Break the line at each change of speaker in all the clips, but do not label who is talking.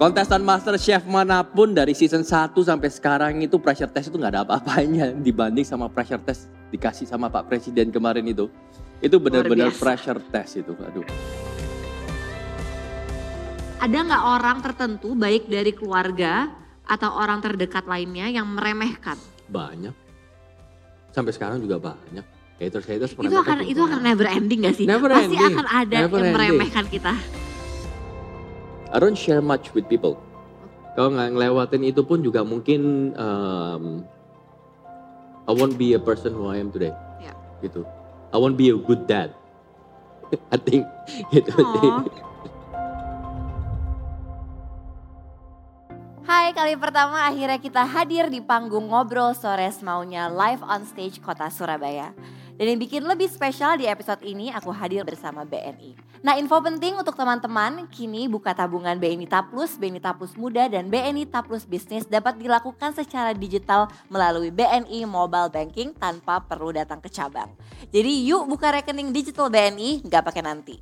Kontestan Master Chef manapun dari season 1 sampai sekarang itu pressure test itu nggak ada apa-apanya dibanding sama pressure test dikasih sama Pak Presiden kemarin itu. Itu benar-benar
biasa.
pressure test itu. Aduh.
Ada nggak orang tertentu baik dari keluarga atau orang terdekat lainnya yang meremehkan?
Banyak. Sampai sekarang juga banyak. Haters-haters
Itu akan itu akan never ending gak sih?
Never
Pasti
ending,
akan ada
never
yang
ending.
meremehkan kita.
I don't share much with people. Kalau nggak ngelewatin itu pun juga mungkin um, I won't be a person who I am today.
Ya.
Gitu. I won't be a good dad. I think gitu.
Aw.
Hai, kali pertama akhirnya kita hadir di panggung Ngobrol Sore Semaunya live on stage Kota Surabaya. Dan yang bikin lebih spesial di episode ini aku hadir bersama BNI. Nah info penting untuk teman-teman, kini buka tabungan BNI Taplus, BNI Taplus Muda, dan BNI Taplus Bisnis dapat dilakukan secara digital melalui BNI Mobile Banking tanpa perlu datang ke cabang. Jadi yuk buka rekening digital BNI, nggak pakai nanti.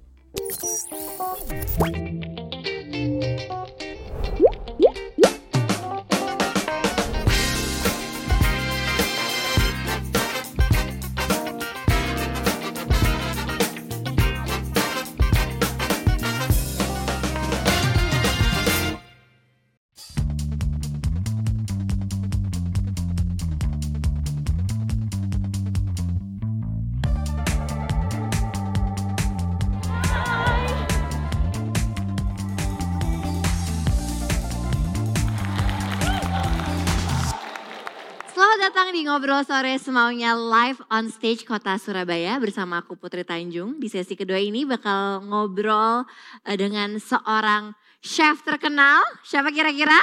Selamat datang di Ngobrol Sore Semaunya live on stage Kota Surabaya bersama aku Putri Tanjung. Di sesi kedua ini bakal ngobrol eh, dengan seorang chef terkenal. Siapa kira-kira?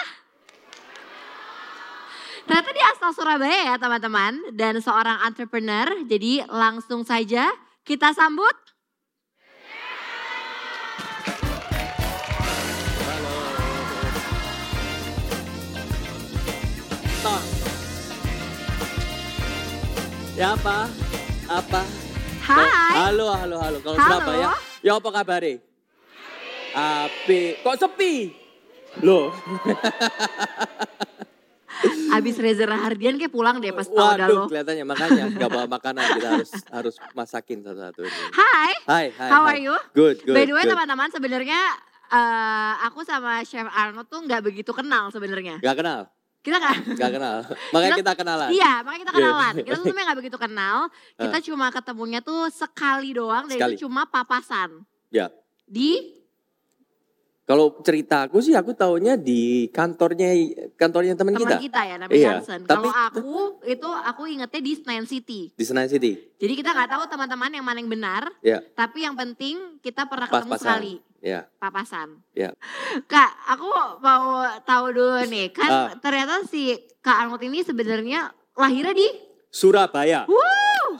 Ternyata dia asal Surabaya ya teman-teman dan seorang entrepreneur. Jadi langsung saja kita sambut.
Ya apa? Apa?
Hai.
Halo, halo, halo. Kalau
Halo.
Surabaya, ya apa kabare? Api. Kok sepi? Loh,
Abis Reza Rahardian kayak pulang deh pas tau dah
waduh
lo.
kelihatannya makanya nggak bawa makanan kita harus harus masakin satu-satu ini.
Hai.
Hai, hai.
How
hai.
are you?
Good, good.
By the way
good.
teman-teman sebenarnya eh, aku sama Chef Arnold tuh nggak begitu kenal sebenarnya.
Gak kenal,
Kita nggak.
gak kenal. Makanya
Kita-
kita kenalan.
Iya, makanya
Iya.
kita
Eh.
kenalan. Kita tuh sebenarnya nggak begitu kenal. Kita cuma ketemunya tuh sekali doang dan
Sekali.
itu cuma papasan.
Iya.
Di
Kalau cerita aku sih aku taunya di kantornya kantornya teman
teman
kita,
kita. ya, namanya
Iya,
Johnson.
tapi-
Kalau aku itu aku ingetnya di Senayan City.
di Senayan City.
Jadi kita nggak tahu teman-teman yang mana yang benar.
Iya.
Tapi yang penting kita pernah ketemu
Pas-pasan.
sekali.
Ya,
papasan.
Ya.
Kak, aku mau tahu dulu nih,
Ah.
kan ternyata si Kak Arnold ini sebenarnya lahirnya di
Surabaya.
Wuh,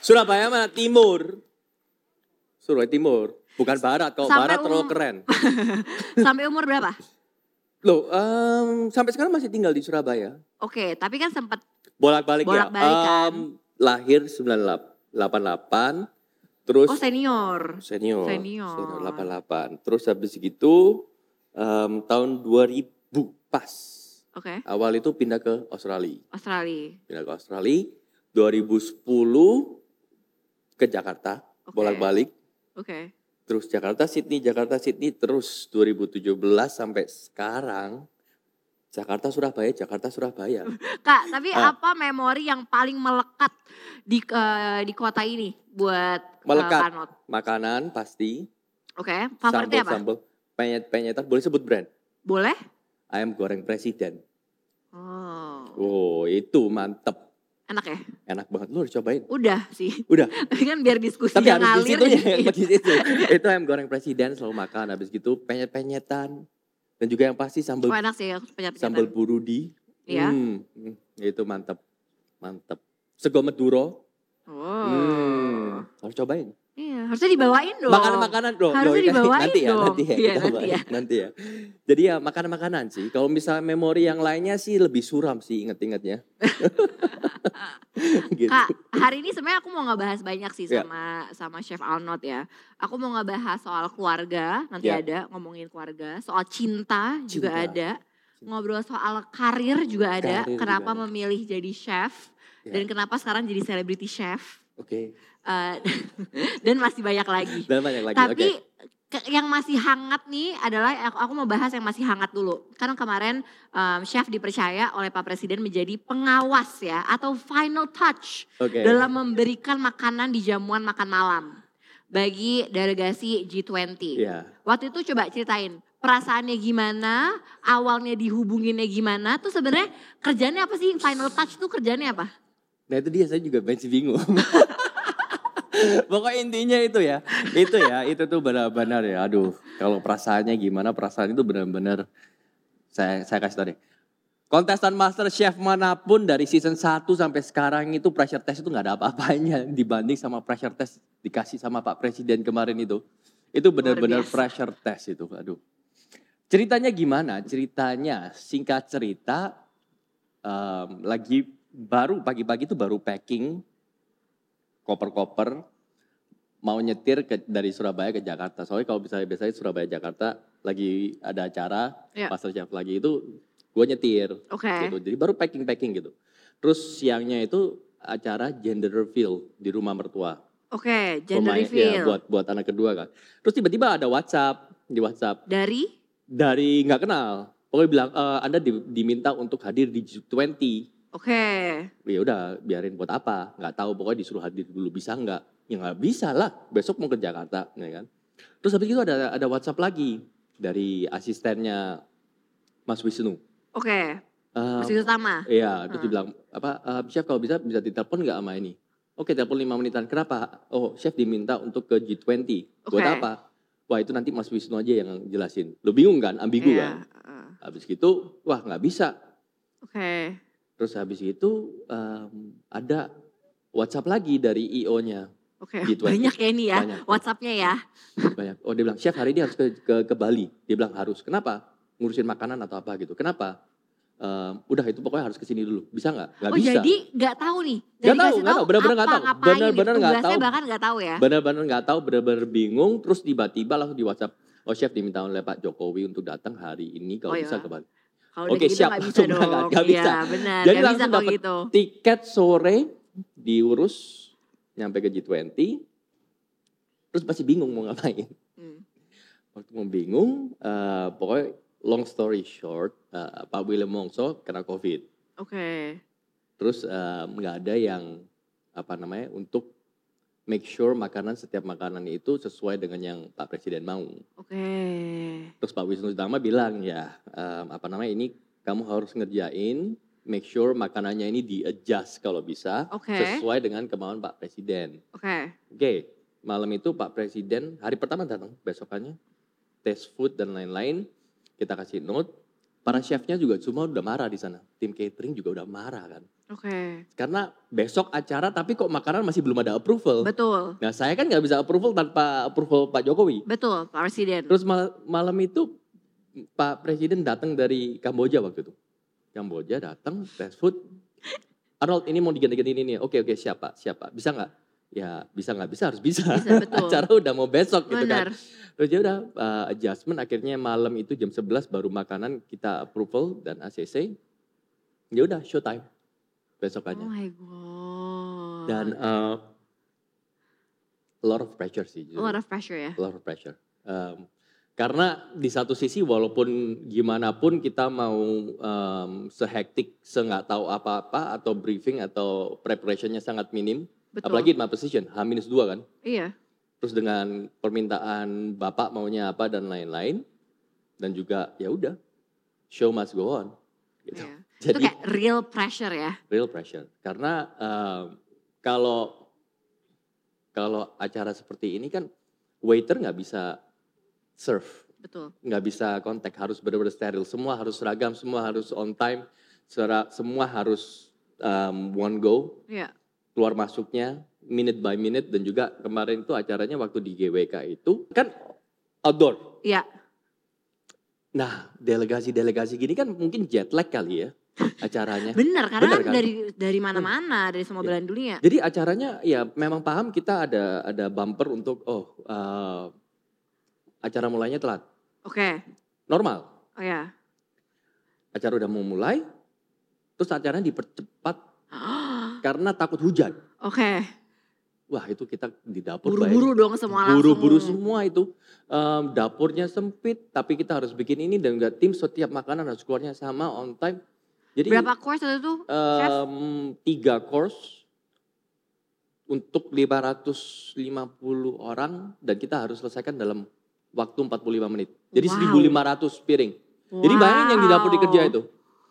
Surabaya mana timur? Surabaya timur, bukan barat. Kalau
Sampai
barat terlalu
umum-
keren.
sampai umur berapa?
Loh, em, sampai sekarang masih tinggal di Surabaya.
Oke, tapi kan sempat
Bolak-balik ya.
Bolak-balik kan.
Em, lahir 1988, terus
oh senior.
senior,
senior.
88. Terus habis gitu em, tahun 2000 pas.
Oke,
Awal itu pindah ke Australia.
Australia.
pindah ke Australia 2010 ke Jakarta
Oke.
bolak-balik
Oke.
terus Jakarta Sydney Jakarta Sydney terus 2017 sampai sekarang Jakarta Surabaya Jakarta Surabaya
Kak, tapi
Ah.
apa memori yang paling melekat di eh, di kota ini buat eh,
Melekat.
Kak Arnold?
makanan pasti
Oke, favoritnya apa?
sambal penyet penyetan boleh sebut brand
Boleh?
ayam goreng presiden
Oh,
oh itu mantep
enak ya?
enak banget lu harus cobain
Udah sih.
Udah.
Tapi kan biar diskusi
tapi harus di
ngalir.
situ ya
jadi-
di situ itu ayam goreng presiden selalu makan habis gitu penyet penyetan dan juga yang pasti
Oh,
sambal
enak sih ya, penyat-penyatan.
sambal burudi
Iya.
Hmm, hmm, itu mantep, mantep. Sego Maduro.
Oh.
Hmm, harus cobain.
Iya, Iya, harusnya dibawain dong.
Makanan-makanan dong.
Harusnya
doi.
dibawain
nanti ya,
dong.
Nanti ya,
Iya,
kita
nanti
bahas. nanti ya. Jadi ya makanan-makanan sih. Kalau misalnya memori yang lainnya sih lebih suram sih inget-ingetnya. gitu.
Kak, hari ini sebenarnya aku mau ngebahas banyak sih
Iya.
sama sama Chef Alnot ya. Aku mau ngebahas soal keluarga, nanti
Iya.
ada ngomongin keluarga, soal cinta, juga
Cinta.
ada. Ngobrol soal karir juga ada.
Karir juga
kenapa
ada.
memilih jadi chef
Iya.
dan kenapa sekarang jadi selebriti chef?
Oke.
Eh, dan masih banyak lagi.
Dan banyak lagi.
Tapi
oke.
ke- yang masih hangat nih adalah aku, aku mau bahas yang masih hangat dulu. Karena kemarin em, chef dipercaya oleh Pak Presiden menjadi pengawas ya atau final touch
Oke.
dalam memberikan makanan di jamuan makan malam bagi delegasi G20.
Iya.
Waktu itu coba ceritain perasaannya gimana, awalnya dihubunginnya gimana, tuh sebenarnya kerjanya apa sih? Final touch tuh kerjanya apa?
Nah itu dia saya juga masih bingung. Pokoknya intinya itu ya, itu ya, itu tuh benar-benar ya. Aduh, kalau perasaannya gimana? Perasaan itu benar-benar saya saya kasih tadi. Kontestan Master Chef manapun dari season 1 sampai sekarang itu pressure test itu nggak ada apa-apanya dibanding sama pressure test dikasih sama Pak Presiden kemarin itu. Itu benar-benar
biasa.
pressure test itu. Aduh. Ceritanya gimana? Ceritanya singkat cerita em, lagi baru pagi-pagi itu baru packing koper-koper mau nyetir ke, dari Surabaya ke Jakarta. Soalnya kalau misalnya biasanya Surabaya Jakarta lagi ada acara
Iya.
Master Chef lagi itu gue nyetir
Oke.
gitu. Jadi baru packing-packing gitu. Terus siangnya itu acara gender reveal di rumah mertua.
Oke, gender
Pemain- ya,
reveal.
buat buat anak kedua kan. Terus tiba-tiba ada WhatsApp di WhatsApp
Dari
dari nggak kenal. Pokoknya bilang "Eh, Anda di- diminta untuk hadir di G20.
Oke.
Ya udah biarin buat apa? Nggak tahu pokoknya disuruh hadir dulu bisa nggak? Ya nggak bisa lah. Besok mau ke Jakarta, ya kan? Terus habis itu ada ada WhatsApp lagi dari asistennya Mas Wisnu.
Oke,
Eh,
masih utama.
Iya, terus
Hmm.
dibilang apa eh, chef kalau bisa bisa ditelepon nggak sama ini? Oke, telepon lima menitan. Kenapa? Oh, chef diminta untuk ke G20. Buat
Oke.
apa? Wah, itu nanti Mas Wisnu aja yang jelasin. Lu bingung kan, ambigu kan?
Iya, eh,
Habis gitu, wah nggak bisa.
Oke.
Terus habis itu em, ada WhatsApp lagi dari IO-nya.
Oke,
Gitu aja.
banyak ya ini ya,
Banyak.
WhatsAppnya ya.
banyak. Oh dia bilang chef hari ini harus ke, ke ke Bali. Dia bilang harus. Kenapa? Ngurusin makanan atau apa gitu. Kenapa? Em, udah itu pokoknya harus kesini dulu. Bisa nggak? Nggak
oh
bisa.
jadi nggak tahu nih,
Nggak tahu,
dikasih
nggak tahu, benar-benar nggak
apa
tahu.
ngapain,
Benar-benar nggak
petugasnya
tahu.
bahkan nggak tahu ya.
Benar-benar nggak tahu, benar-benar bingung. Terus tiba-tiba langsung di WhatsApp. Oh chef diminta oleh Pak Jokowi untuk datang hari ini kalau
Oh,
bisa
iya.
ke Bali.
Kalau
Oke,
udah gitu
siap,
nggak bisa
langsung
dong.
berangkat, nggak bisa.
Iya, benar,
Jadi
nggak bisa
langsung
kalau
dapet
gitu.
Tiket sore diurus nyampe ke G20. Terus masih bingung mau ngapain.
Hmm.
Waktu mau bingung, eh, pokoknya long story short, eh, Pak William Mongso kena COVID.
Oke,
Terus eh, nggak ada yang apa namanya untuk make sure makanan setiap makanan itu sesuai dengan yang Pak Presiden mau.
oke.
Terus Pak Wisnu Utama bilang ya em, apa namanya ini kamu harus ngerjain make sure makanannya ini di adjust kalau bisa
Oke.
sesuai dengan kemauan Pak Presiden.
Oke,
Oke malam itu Pak Presiden hari pertama datang besokannya test food dan lain-lain kita kasih note para chefnya juga semua udah marah di sana tim catering juga udah marah kan
oke.
karena besok acara tapi kok makanan masih belum ada approval.
Betul,
Nah saya kan nggak bisa approval tanpa approval Pak Jokowi.
betul Pak Presiden.
Terus mal- malam itu Pak Presiden datang dari Kamboja waktu itu. Kamboja datang fast food. Arnold ini mau diganti-ganti ini nih. Oke oke siap Pak, siap Pak. Bisa nggak? Ya bisa nggak bisa harus bisa.
Bisa, betul.
Acara udah mau besok gitu kan.
Benar,
Terus ya udah uh, adjustment akhirnya malam itu jam 11 baru makanan kita approval dan ACC. Ya udah showtime
oh
besokannya.
my god.
Dan uh, a lot of pressure sih.
a
jujur.
lot of pressure ya.
A lot of pressure. Um, karena di satu sisi walaupun gimana pun kita mau um, sehektik, se nggak tahu apa-apa atau briefing atau preparationnya sangat minim.
Betul.
Apalagi my position, H-2 kan.
iya,
Terus dengan permintaan bapak maunya apa dan lain-lain. Dan juga ya udah, show must go on. Gitu.
iya. Itu
Jadi
kayak real pressure ya.
real pressure. Karena um, kalau kalau acara seperti ini kan waiter nggak bisa serve
Betul.
nggak bisa kontak harus benar-benar steril semua harus seragam semua harus on time sera- semua harus um, one go
Iya.
keluar masuknya minute by minute dan juga kemarin itu acaranya waktu di GWK itu kan outdoor.
Iya.
Nah, delegasi-delegasi gini kan mungkin jet lag kali ya acaranya.
Bener, karena
Bener
kan
kan? Iya.
dari dari mana-mana, dari semua belahan dunia.
Jadi acaranya ya memang paham kita ada ada bumper untuk oh eh, acara mulainya telat.
Oke,
Normal.
oh ya.
acara udah mau mulai, terus acaranya dipercepat karena takut hujan.
Oke,
Wah itu kita di dapur
buru-buru dong semua
bayangin.
langsung.
buru-buru semua itu. Em, dapurnya sempit, tapi kita harus bikin ini dan juga tim setiap makanan harus keluarnya sama on time. Jadi
Berapa course waktu itu? chef?
em, tiga course untuk 550 orang dan kita harus selesaikan dalam waktu 45 menit. Jadi
Wow.
1500 piring. Jadi bayangin yang di dapur
Wow.
dikerja itu.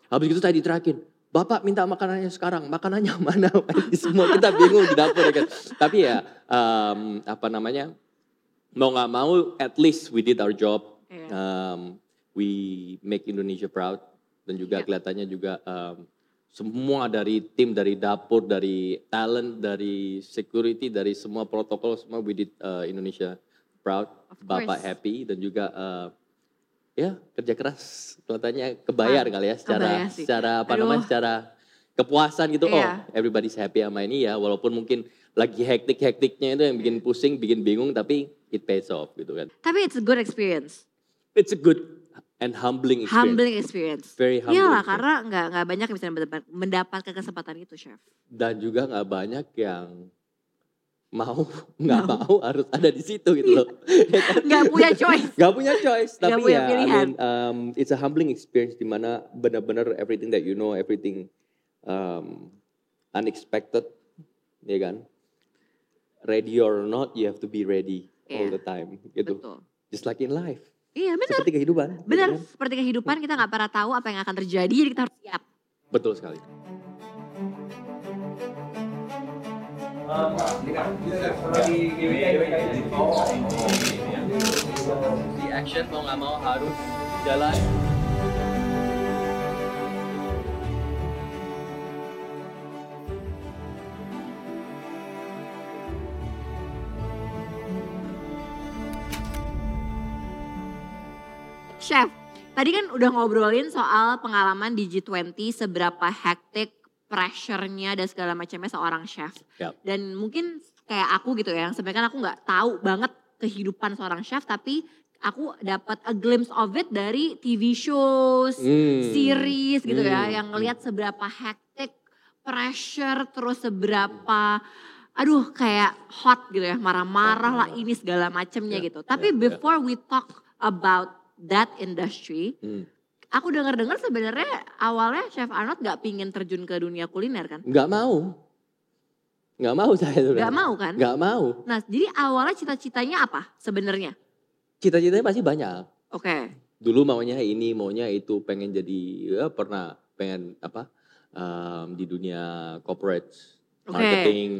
Habis itu saya diterakin. Bapak minta makanannya sekarang, makanannya mana? Semua kita bingung di dapur ya kan. Tapi ya em, apa namanya? Mau nggak mau at least we did our job.
Iya.
Um, we make Indonesia proud dan juga
Iya.
kelihatannya juga um, semua dari tim dari dapur dari talent dari security dari semua protokol semua we did uh, Indonesia proud
Of course.
bapak happy dan juga uh, ya kerja keras kelihatannya kebayar kali ya secara
Ah, kebayar sih.
secara apa
Aduh.
namanya secara kepuasan gitu
Iya.
oh everybody's happy sama ini ya walaupun mungkin lagi hektik hektiknya itu yang bikin
Iya.
pusing bikin bingung tapi it pays off gitu kan
Tapi it's a good experience.
it's a good and humbling experience
Humbling experience.
very humbling
Iya lah,
experience.
karena nggak nggak banyak yang bisa mendapat- mendapatkan kesempatan itu, chef.
dan juga nggak banyak yang mau nggak mau harus ada di situ gitu loh
Nggak punya choice.
Gak punya choice,
Iya. Nggak
tapi
punya
ya, I
pilihan.
mean, um, it's a humbling experience di mana benar-benar everything that you know, everything um, unexpected, ya kan? Ready or not, you have to be ready all
Iya.
the time, gitu.
Betul.
Just like in life,
Iya benar,
seperti kehidupan. gitu
benar.
kan?
Seperti kehidupan kita nggak pernah tahu apa yang akan terjadi, jadi kita harus siap.
Betul sekali. Di action mau nggak mau harus jalan.
Chef, tadi kan udah ngobrolin soal pengalaman di G20, seberapa hektik pressure-nya dan segala macamnya seorang chef.
Yap.
Dan mungkin kayak aku gitu ya, yang sebenarnya kan aku nggak tahu banget kehidupan seorang chef, tapi aku dapat a glimpse of it dari TV shows,
Hmm.
series gitu ya
Hmm.
yang ngelihat seberapa hektik pressure terus seberapa aduh kayak hot gitu ya marah-marah lah ini segala macemnya
Hmm. Ya,
gitu tapi
ya, ya.
before we talk about that industry
Hmm.
aku dengar-dengar sebenarnya awalnya chef Arnold nggak pingin terjun ke dunia kuliner kan
Nggak mau, nggak mau saya tuh.
nggak mau kan
Iya. Nggak mau.
nah jadi awalnya cita-citanya apa sebenarnya
Cita-citanya pasti banyak.
oke
dulu maunya ini maunya itu pengen jadi ya, pernah pengen apa um, di dunia corporate
Oke.
marketing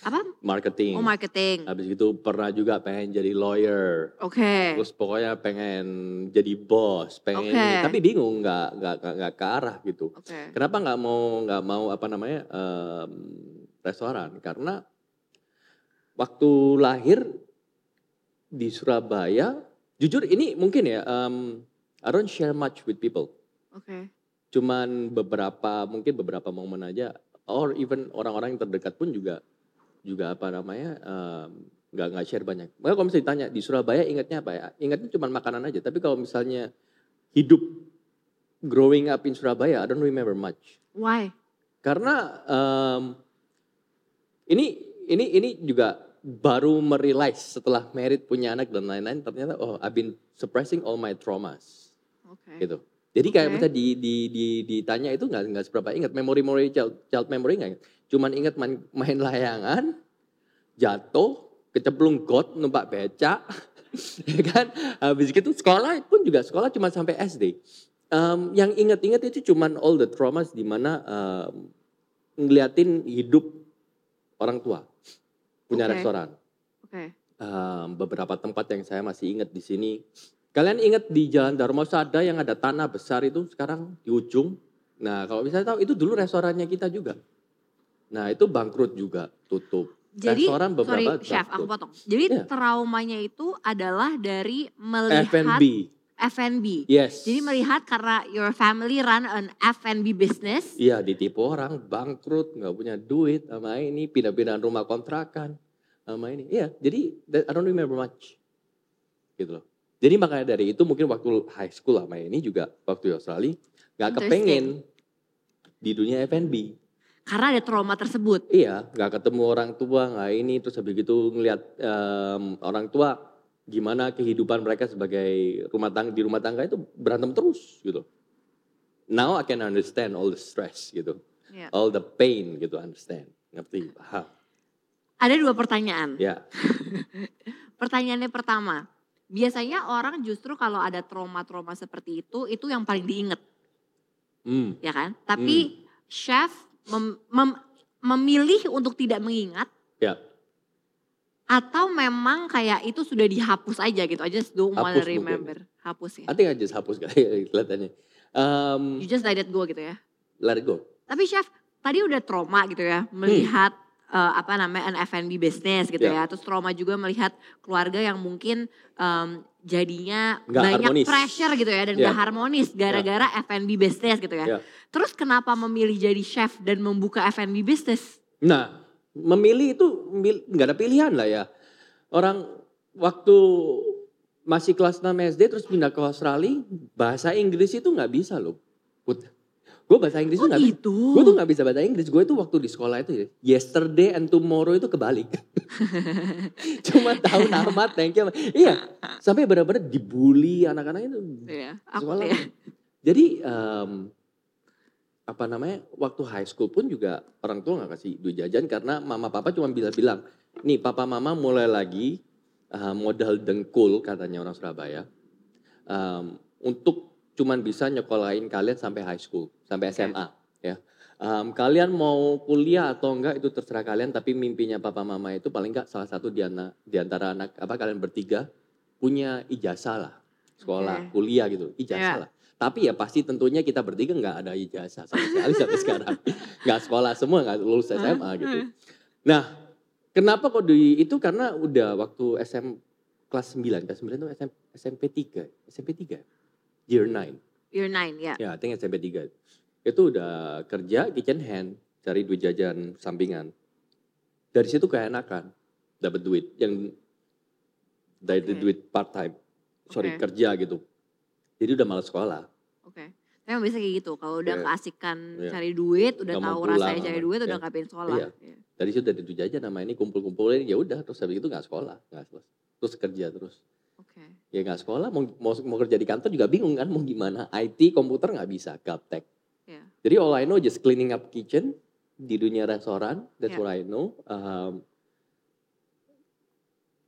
apa
marketing
oh marketing
habis itu pernah juga pengen jadi lawyer
oke
terus pokoknya pengen jadi bos pengen
Oke.
ini. tapi bingung nggak nggak nggak- nggak ke arah gitu
oke
Kenapa nggak mau nggak mau apa namanya em, restoran? Karena waktu lahir di Surabaya, jujur ini mungkin ya, em, I don't share much with people.
oke
Cuman beberapa mungkin beberapa momen aja, or even orang-orang yang terdekat pun juga juga apa namanya em, nggak nggak share banyak. Makanya kalau misalnya ditanya di Surabaya ingatnya apa ya? Ingatnya cuma makanan aja. Tapi kalau misalnya hidup growing up in Surabaya, I don't remember much
why
karena em, ini ini ini juga baru merealize setelah married punya anak dan lain-lain ternyata oh I've been suppressing all my traumas
oke
gitu jadi kayak
Hmm. Oke.
bisa di, di, di, ditanya itu nggak nggak seberapa ingat memori memori child, child memory nggak ingat. cuman ingat main, main layangan jatuh kecemplung got numpak becak ya kan habis gitu sekolah pun juga sekolah cuma sampai SD Em, yang ingat-ingat itu cuman all the traumas di mana em, ngeliatin hidup orang tua punya
Oke.
restoran
oke
Em, Ehm, beberapa tempat yang saya masih ingat di sini. Kalian ingat di Jalan Darmo Sada yang ada tanah besar itu sekarang di ujung. Nah kalau misalnya tahu itu dulu restorannya kita juga. Nah itu bangkrut juga, tutup.
Jadi
Restoran
sorry,
beberapa
chef,
takut.
aku potong. Jadi
Iya.
traumanya itu adalah dari melihat
F&B.
F&B.
Yes.
Jadi melihat karena your family run an F&B business.
Iya ditipu orang, bangkrut, nggak punya duit sama ini, pindah-pindahan rumah kontrakan sama ini. Iya, jadi that- I don't remember much. Gitu loh. Jadi makanya dari itu mungkin waktu high school sama ini juga waktu di Australia nggak kepengen di dunia F&B.
Karena ada trauma tersebut.
Iya, nggak ketemu orang tua, nggak ini terus habis gitu ngelihat em, orang tua gimana kehidupan mereka sebagai rumah tangga di rumah tangga itu berantem terus gitu. Now I can understand all the stress gitu,
Iya.
all the pain gitu understand, ngerti paham.
Ada dua pertanyaan.
Ya,
Pertanyaannya pertama, biasanya orang justru kalau ada trauma-trauma seperti itu, itu yang paling diinget,
Hmm,
ya kan? Tapi chef mem- mem- memilih untuk tidak mengingat
ya
atau memang kayak itu sudah dihapus aja gitu, I just don't wanna
Hapus mungkin.
remember, hapus ya.
I think I just hapus kali kelihatannya. Em,
You just let it go gitu ya.
let it go.
Tapi chef, tadi udah trauma gitu ya, melihat eh, apa namanya an F&B business gitu
Hmm. Ya.
ya. Terus trauma juga melihat keluarga yang mungkin em, jadinya
Nggak
banyak
harmonis.
pressure gitu ya dan
Ya.
gak harmonis gara-gara F&B business gitu ya.
Ya.
Terus kenapa memilih jadi chef dan membuka F&B business?
Nah, memilih itu mil- nggak ada pilihan lah ya. Orang waktu masih kelas 6 SD terus pindah ke Australia, bahasa Inggris itu nggak bisa loh. Gue bahasa Inggris itu
Oh
nggak bisa.
gitu.
Gue tuh nggak bisa bahasa Inggris. Gue tuh waktu di sekolah itu ya, yesterday and tomorrow itu kebalik. Cuma tahu nama, thank you. Iya, sampai benar-benar dibully anak-anak itu.
Iya, aku
Sekolah.
ya.
Jadi em, apa namanya waktu high school pun juga orang tua nggak kasih duit jajan karena mama papa cuma bisa bilang, nih papa mama mulai lagi eh, modal dengkul katanya orang Surabaya em, untuk cuman bisa nyekolahin kalian sampai high school sampai
Oke.
SMA ya. Em, kalian mau kuliah atau enggak itu terserah kalian tapi mimpinya papa mama itu paling enggak salah satu di, ana- di antara anak apa kalian bertiga punya ijazah lah sekolah
Oke.
kuliah gitu ijazah
Ya.
lah tapi ya pasti tentunya kita bertiga nggak ada ijazah sama sekali sampai sekarang nggak sekolah semua nggak lulus SMA gitu nah kenapa kok di itu karena udah waktu SM kelas 9 kelas 9 itu SM, SMP 3 SMP 3 ya? year 9
You're nine ya.
ya I think SMP 3 itu udah kerja kitchen hand cari duit jajan sampingan dari situ keenakan dapat duit yang dari
Oke.
duit part time sorry
Oke.
kerja gitu jadi udah malas sekolah
Oke. Memang biasa kayak gitu. Kalau udah
Iya.
keasikan
Iya.
cari duit, udah
Nggak mau
tahu
pulang
rasanya cari
sama.
duit, udah
Iya.
nggak pengen sekolah.
Iya.
Iya.
dari situ dari duit jajan sama ini kumpul-kumpulin ya udah terus habis itu nggak sekolah nggak sekolah terus kerja terus
Oke.
ya nggak sekolah mau, mau mau kerja di kantor juga bingung kan mau gimana IT komputer nggak bisa gaptek
Iya.
jadi all I know just cleaning up kitchen di dunia restoran that's
Iya.
what I know Um,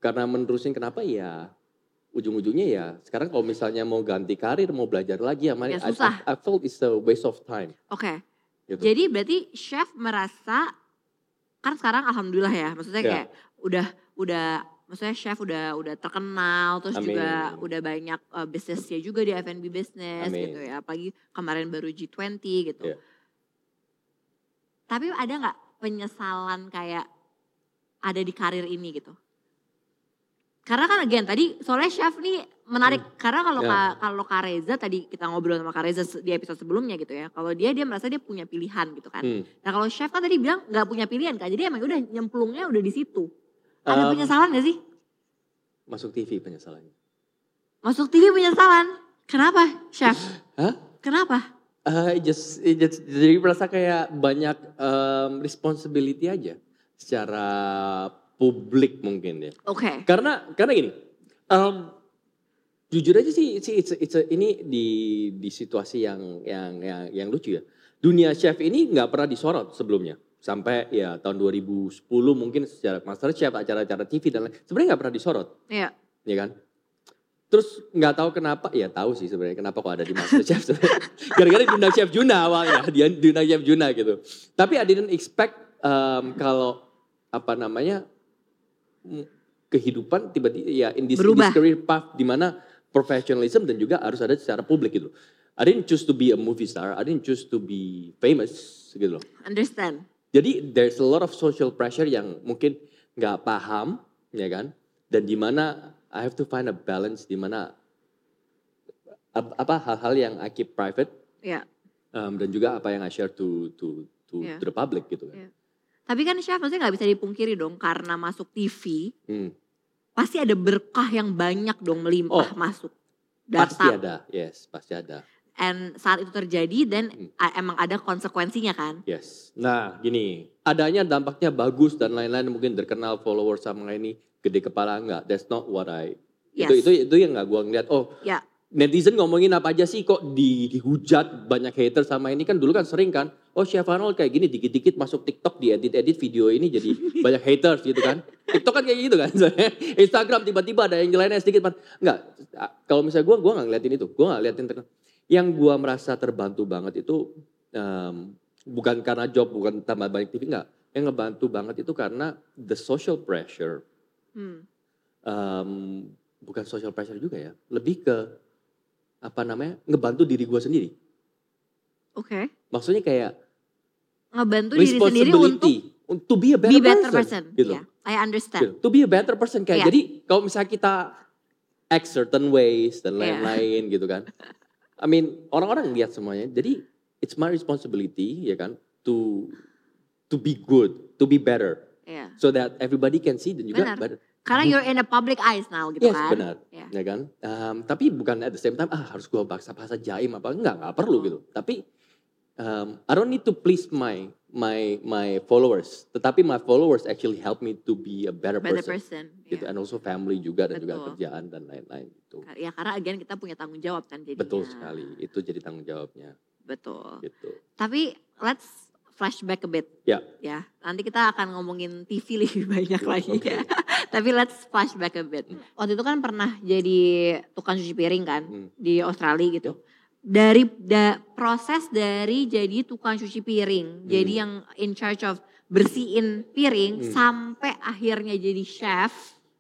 karena menerusin kenapa ya ujung-ujungnya ya sekarang kalau misalnya mau ganti karir mau belajar lagi ya,
Ya,
I- I-
susah.
I, felt it's a waste of time
Oke.
gitu
Jadi berarti chef merasa kan sekarang alhamdulillah ya, maksudnya
Ya.
kayak udah udah maksudnya chef udah udah terkenal terus
Amin.
juga udah banyak uh, bisnisnya juga di F&B business
Amin.
gitu ya. Apalagi kemarin baru G20 gitu.
Ya.
Tapi ada nggak penyesalan kayak ada di karir ini gitu? Karena kan again tadi soalnya chef nih menarik karena kalau
Ya.
Ka- Eh, kalau Kak Reza tadi kita ngobrol sama Kak Reza se- di episode sebelumnya gitu ya. Kalau dia dia merasa dia punya pilihan gitu kan.
Hmm.
Nah kalau chef kan tadi bilang nggak punya pilihan kan. Jadi emang udah nyemplungnya udah di situ. Ada
Um,
penyesalan gak sih?
masuk TV penyesalannya
Masuk TV penyesalan. Kenapa chef?
Hah?
Kenapa?
Eh, just, it just, jadi merasa kayak banyak em, responsibility aja secara publik mungkin ya.
Oke.
Karena karena gini, em, jujur aja sih, sih it's a- it's a- ini di di situasi yang yang yang, yang lucu ya. Dunia chef ini nggak pernah disorot sebelumnya sampai ya tahun 2010 mungkin secara master chef acara-acara TV dan lain sebenarnya nggak pernah disorot
Iya.
ya kan? Terus nggak tahu kenapa, ya tahu sih sebenarnya kenapa kok ada di MasterChef sebenarnya. Gara-gara diundang Chef Juna awalnya, dia diundang Chef Juna gitu. Tapi I didn't expect em, kalau apa namanya mm, kehidupan tiba-tiba ya in this, in this
Berubah.
career path di mana professionalism dan juga harus ada secara publik gitu. I didn't choose to be a movie star, I didn't choose to be famous gitu loh.
Understand.
Jadi there's a lot of social pressure yang mungkin nggak paham, ya kan? Dan di mana I have to find a balance di mana ap- apa hal-hal yang I keep private
Ya.
um, dan juga apa yang I share to to to,
Ya.
to the public gitu kan.
Ya. Tapi kan chef maksudnya nggak bisa dipungkiri dong karena masuk TV
Hmm.
pasti ada berkah yang banyak dong melimpah
Oh.
masuk.
Pasti
Datang
ada, yes, pasti ada,
and saat itu terjadi dan
Hmm.
a- emang ada konsekuensinya kan?
yes. Nah, gini, adanya dampaknya bagus dan lain-lain mungkin terkenal followers sama ini gede kepala enggak. That's not what I
Yes.
Itu itu itu yang nggak gua ngeliat. Oh,
Ya.
netizen ngomongin apa aja sih kok di- dihujat banyak hater sama ini kan dulu kan sering kan. Oh, Chef Arnold kayak gini dikit-dikit masuk TikTok diedit-edit video ini jadi banyak haters gitu kan. TikTok kan kayak gitu kan. Instagram tiba-tiba ada yang nyeleneh sedikit Pan. Enggak, kalau misalnya gua gua nggak ngeliatin itu. Gua nggak ngeliatin terkenal. Yang gua merasa terbantu banget itu em, bukan karena job, bukan tambah banyak TV enggak. Yang ngebantu banget itu karena the social pressure
Hmm.
um, bukan social pressure juga ya, lebih ke apa namanya ngebantu diri gue sendiri.
Oke.
Maksudnya kayak
Ngebantu diri sendiri untuk
responsibility untuk to be a better,
be better person.
gitu.
Ya. I understand.
Gitu. To be a better person kayak
Iya.
jadi kalau misalnya kita act certain ways dan
Iya.
lain-lain gitu kan. I mean orang-orang lihat semuanya. Jadi it's my responsibility ya kan to to be good, to be better
Ya.
so that everybody can see dan juga
Benar.
better.
Karena you're in the public eyes now
Hmm.
gitu
yes,
kan?
benar.
Ya.
ya kan? Em, tapi bukan at the same time, ah harus gua bahasa bahasa jaim apa enggak, enggak perlu gitu. Tapi em, I don't need to please my my my followers, tetapi my followers actually help me to be a better,
Better
person,
person. ya.
gitu, and also family juga dan juga
Betul.
kerjaan dan lain-lain gitu.
Ya karena again kita punya tanggung jawab kan jadinya. Oh.
Betul sekali, itu jadi tanggung jawabnya
Betul.
gitu.
Tapi let's flashback a bit.
Ya.
Ya, nanti kita akan ngomongin TV lebih banyak lagi
Oke.
ya. Tapi let's flashback a bit.
Hmm.
Waktu itu kan pernah jadi tukang cuci piring kan
Hmm.
di Australia gitu. Dari da- proses dari jadi tukang cuci
Hmm.
piring, jadi yang in charge of bersihin piring
Hmm.
sampai akhirnya jadi chef,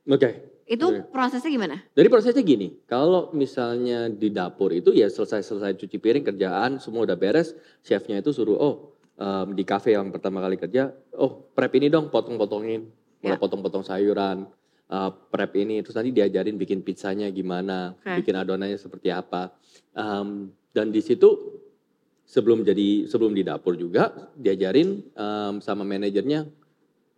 Oke.
itu
Oke.
prosesnya gimana?
Jadi prosesnya gini, kalau misalnya di dapur itu ya selesai-selesai cuci piring kerjaan semua udah beres, chefnya itu suruh oh em, di kafe yang pertama kali kerja, oh prep ini dong potong-potongin, mulai
Ya.
potong-potong sayuran, eh, prep ini terus nanti diajarin bikin pizzanya gimana,
Oke.
bikin adonannya seperti apa, Em, dan di situ sebelum jadi sebelum di dapur juga diajarin em, sama manajernya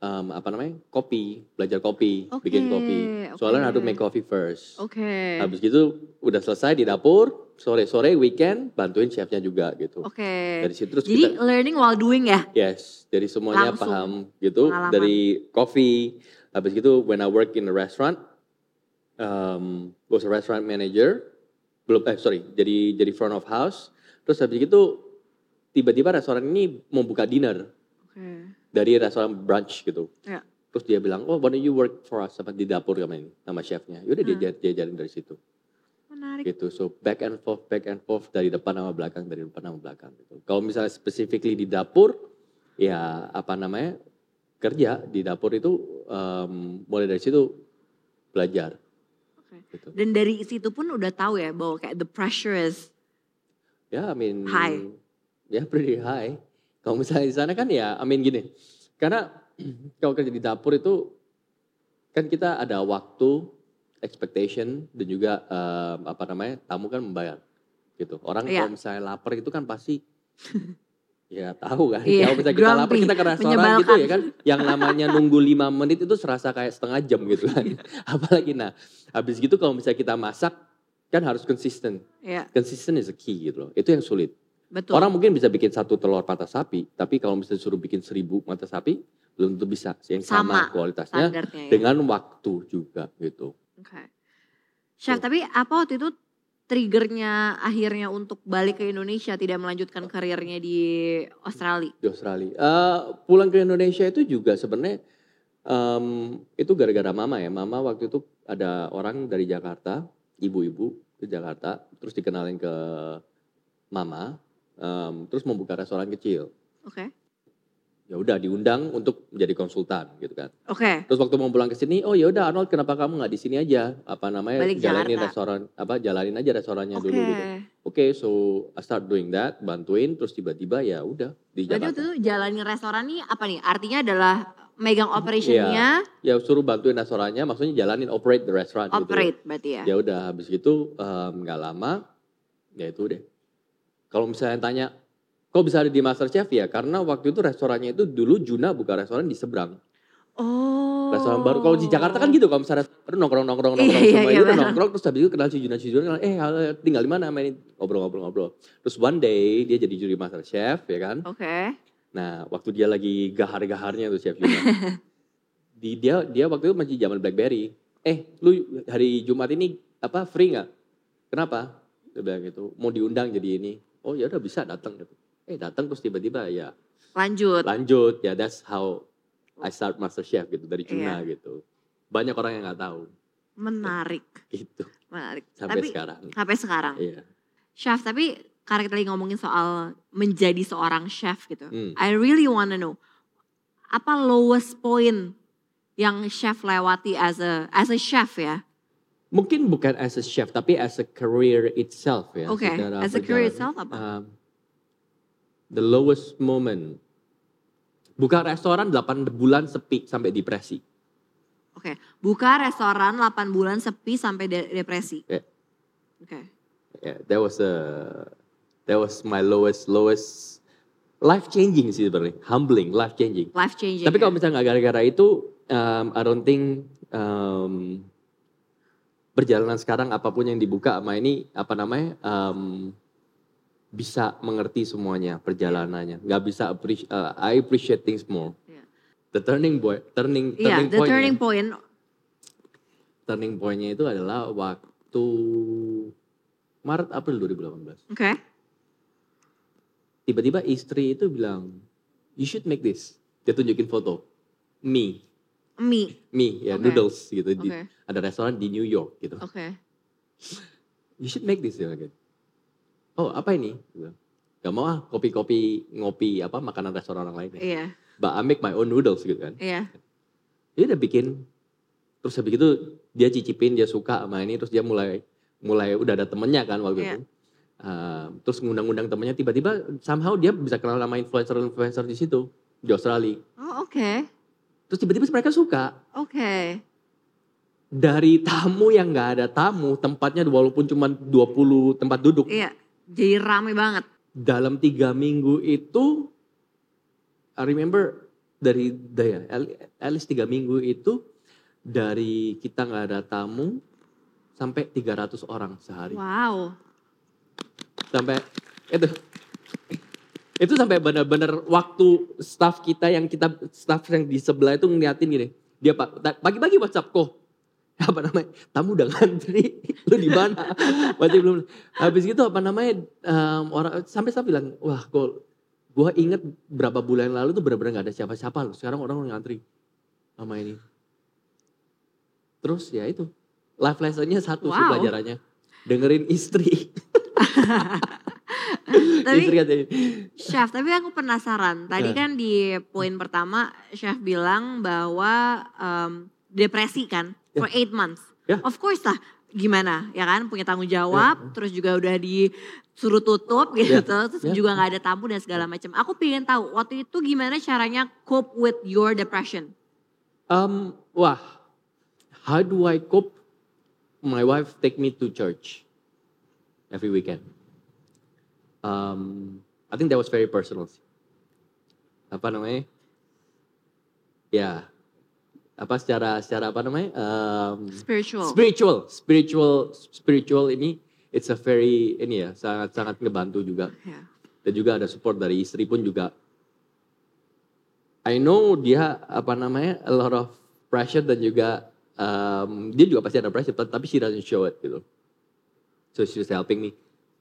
em, apa namanya kopi, belajar kopi, bikin
Oke,
kopi,
oke.
soalnya harus make coffee first.
Oke.
Habis gitu udah selesai di dapur, sore-sore weekend bantuin chefnya juga gitu.
Oke.
Dari situ terus
Jadi
kita
learning while doing ya.
yes, dari semuanya
Langsung
paham gitu
pengalaman.
dari coffee. Habis gitu when I work in a restaurant um, was a restaurant manager belum eh sorry, jadi jadi front of house. Terus habis gitu tiba-tiba restoran ini mau buka dinner
Oke.
dari restoran brunch gitu.
Ya.
Terus dia bilang, oh why don't you work for us sama di dapur kami sama chefnya. Yaudah
Hmm.
dia dia diajarin dari situ
Menarik.
gitu so back and forth back and forth dari depan sama belakang dari depan sama belakang gitu kalau misalnya specifically di dapur ya apa namanya kerja di dapur itu em, mulai dari situ belajar
Oke.
gitu
Dan dari situ pun udah tahu ya bahwa kayak the pressure is
ya I mean
High.
ya pretty high kalau misalnya di sana kan ya I mean gini karena kalau kerja di dapur itu kan kita ada waktu expectation dan juga em, apa namanya tamu kan membayar gitu orang
Iya.
kalau misalnya lapar itu kan pasti ya tahu kan
Iya,
kalau misalnya kita lapar
grumpy,
kita ke restoran gitu ya kan yang namanya nunggu lima menit itu serasa kayak setengah jam gitu kan apalagi nah habis gitu kalau misalnya kita masak kan harus konsisten
ya
Consistent is a key gitu loh. Itu yang sulit.
betul.
Orang mungkin bisa bikin satu telur mata sapi, tapi kalau misalnya suruh bikin seribu mata sapi, belum tentu bisa. Yang sama,
Sama,
kualitasnya
standarnya ya.
dengan waktu juga gitu.
Oke. Chef, tapi apa waktu itu triggernya akhirnya untuk balik ke Indonesia tidak melanjutkan karirnya di Australia?
Di Australia. Eh, pulang ke Indonesia itu juga sebenarnya em, itu gara-gara mama ya. Mama waktu itu ada orang dari Jakarta, ibu-ibu ke Jakarta, terus dikenalin ke mama, em, terus membuka restoran kecil.
Oke.
Ya udah diundang untuk menjadi konsultan gitu kan.
Oke.
Terus waktu mau pulang ke sini, oh ya udah Arnold, kenapa kamu nggak di sini aja? Apa namanya?
Balik
jalanin
Jakarta.
restoran apa jalanin aja restorannya
Oke.
dulu gitu. Oke, so I start doing that, bantuin terus tiba-tiba ya udah di
Berarti waktu
Jakarta. Iya,
itu jalanin restoran nih apa nih? Artinya adalah megang operationnya,
Ya suruh bantuin restorannya, maksudnya jalanin operate the restaurant. gitu.
operate berarti ya.
Ya udah habis gitu em, nggak lama, ya itu deh. Kalau misalnya tanya, kok bisa ada di MasterChef ya? Karena waktu itu restorannya itu dulu Juna buka restoran di seberang.
Oh.
Restoran baru. Kalau di Jakarta kan gitu, kalau misalnya restoran nongkrong nongkrong nongkrong
Iya, iya,
semua
iya,
itu udah
benar.
nongkrong terus habis itu kenal si Juna si Juna kenal, eh halo, tinggal di mana main ngobrol ngobrol ngobrol. Terus one day dia jadi juri MasterChef ya kan.
Oke.
Nah, waktu dia lagi gahar-gaharnya tuh Chef Yuna. di dia dia waktu itu masih zaman BlackBerry. Eh, lu hari Jumat ini apa free nggak? Kenapa? Dia bilang gitu, mau diundang jadi ini. Oh ya udah bisa datang gitu. Eh datang terus tiba-tiba ya
Lanjut.
lanjut ya that's how I start Master Chef gitu dari Juna
Iya.
gitu. Banyak orang yang nggak tahu
Menarik.
gitu
Menarik.
sampai
tapi Ah.
sekarang.
sampai sekarang.
Iya.
Chef, tapi karena kita lagi ngomongin soal menjadi seorang chef gitu.
Hmm.
I really wanna know apa lowest point yang chef lewati as a as a chef ya.
Mungkin bukan as a chef tapi as a career itself ya.
Oke,
secara
as a
perjalanan.
career itself apa?
um, the lowest moment. Buka restoran 8 bulan sepi sampai depresi.
Oke, buka restoran 8 bulan sepi sampai de- depresi.
Iya.
Oke.
Yeah, Ya, that was a that was my lowest lowest life changing sih sebenarnya, humbling, life changing.
Life changing.
Tapi
ya?
kalau misalnya nggak gara-gara itu, um, I don't think um, perjalanan sekarang apapun yang dibuka sama ini apa namanya um, bisa mengerti semuanya perjalanannya. Nggak bisa appreci- uh, I appreciate things more.
Iya.
The turning boy, turning
Iya,
turning
the
point, ya.
turning point.
turning pointnya itu adalah waktu Maret April 2018.
Oke.
tiba-tiba istri itu bilang you should make this dia tunjukin foto me
Mie.
me ya
Oke.
noodles gitu
Oke.
di, ada restoran di New York gitu
Oke.
you should make this dia bilang gitu. oh apa ini Dia bilang, gak mau ah kopi-kopi ngopi apa makanan restoran orang lain ya.
Iya.
but I make my own noodles gitu kan
Iya.
dia udah bikin terus habis itu dia cicipin dia suka sama ini terus dia mulai mulai udah ada temennya kan waktu
Iya.
itu Uh, terus ngundang-undang temennya tiba-tiba somehow dia bisa kenal sama influencer-influencer di situ di Australia
Oh, oke.
Terus tiba-tiba mereka suka
Oke.
dari tamu yang nggak ada tamu, tempatnya walaupun cuma 20 tempat duduk.
Iya. Jadi rame banget.
Dalam tiga minggu itu, I remember dari daya, at least tiga minggu itu dari kita nggak ada tamu sampai 300 orang sehari.
Wow.
Sampai itu itu sampai benar-benar waktu staff kita yang kita staff yang di sebelah itu ngeliatin gini. Dia pak pagi-pagi WhatsApp kok apa namanya tamu udah ngantri lu di mana masih belum habis gitu apa namanya em, orang sampai saya bilang wah kok gue inget berapa bulan yang lalu tuh benar-benar nggak ada siapa-siapa loh sekarang orang ngantri sama ini terus ya itu life lessonnya satu sih
Wow.
pelajarannya dengerin istri istri
Tapi
katanya
chef, tapi aku penasaran. Tadi
Iya.
kan di poin pertama chef bilang bahwa em, depresi kan for eight months.
Iya.
Of course lah. Gimana ya kan punya tanggung jawab, terus juga udah disuruh tutup gitu,
Iya.
terus
Iya.
juga nggak ada tamu dan segala macam. Aku pengen tahu waktu itu gimana caranya cope with your depression.
Um, wah, how do I cope? My wife take me to church every weekend. Um, I think that was very personal. sih. Apa namanya? Ya, apa secara secara apa namanya? Um,
Spiritual.
spiritual, spiritual, spiritual ini it's a very ini ya sangat sangat ngebantu juga
Iya.
dan juga ada support dari istri pun juga. I know dia apa namanya a lot of pressure dan juga um, dia juga pasti ada pressure tet- tapi she doesn't show it gitu. So she's helping me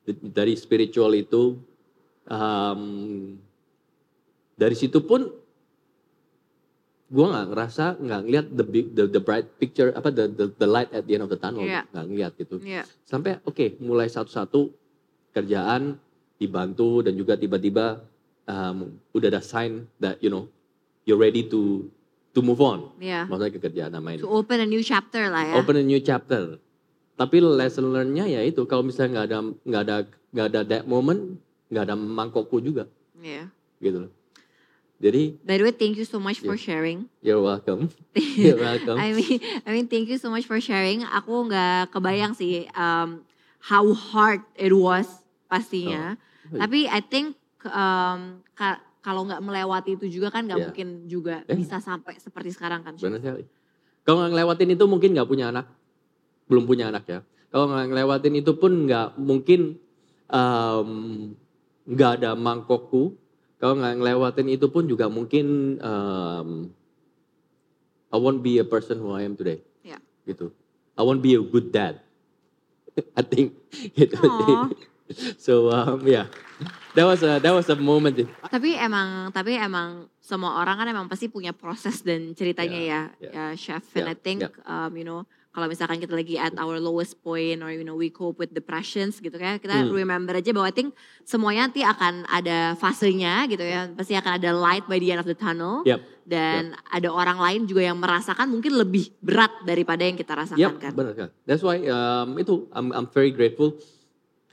D- dari spiritual itu um, dari situ pun gua nggak ngerasa nggak ngeliat the big the, the bright picture apa the, the the light at the end of the tunnel
Iya.
nggak ngeliat gitu
Iya.
sampai oke mulai satu-satu kerjaan dibantu dan juga tiba-tiba um, udah ada sign that you know you're ready to to move on
Iya.
maksudnya ke kerjaan sama ini
To open a new chapter lah ya.
open a new chapter tapi lesson learn-nya ya itu kalau misalnya nggak ada nggak ada nggak ada that moment nggak ada mangkokku juga
Iya.
gitu loh Jadi
By the way, thank you so much for
Iya.
sharing.
you're welcome. You're welcome.
I mean, I mean, thank you so much for sharing. Aku nggak kebayang sih um, how hard it was pastinya.
Oh.
Tapi I think um, ka- kalau nggak melewati itu juga kan nggak
Yeah.
mungkin juga
Eh.
bisa sampai seperti sekarang kan. Chef?
Benar sekali. Kalau nggak ngelewatin itu mungkin nggak punya anak, belum punya anak ya. Kalau nggak ngelewatin itu pun nggak mungkin em, nggak ada mangkokku. Kalau nggak ngelewatin itu pun juga mungkin em, I won't be a person who I am today.
Ya.
Gitu. I won't be a good dad. I think gitu.
Aw.
so um, yeah, that was a that was a moment.
Tapi emang, tapi emang semua orang kan emang pasti punya proses dan ceritanya ya,
yeah.
ya chef.
Yeah,
And I think, um, you know, kalau misalkan kita lagi at our lowest point or you know we cope with depressions gitu ya, kita
Hmm.
remember aja bahwa I think semuanya nanti akan ada fasenya gitu ya, pasti akan ada light by the end of the tunnel.
Yep.
Dan ada orang lain juga yang merasakan mungkin lebih berat daripada yang kita rasakan
Yep,
kan.
benar kan. That's why um, itu I'm I'm very grateful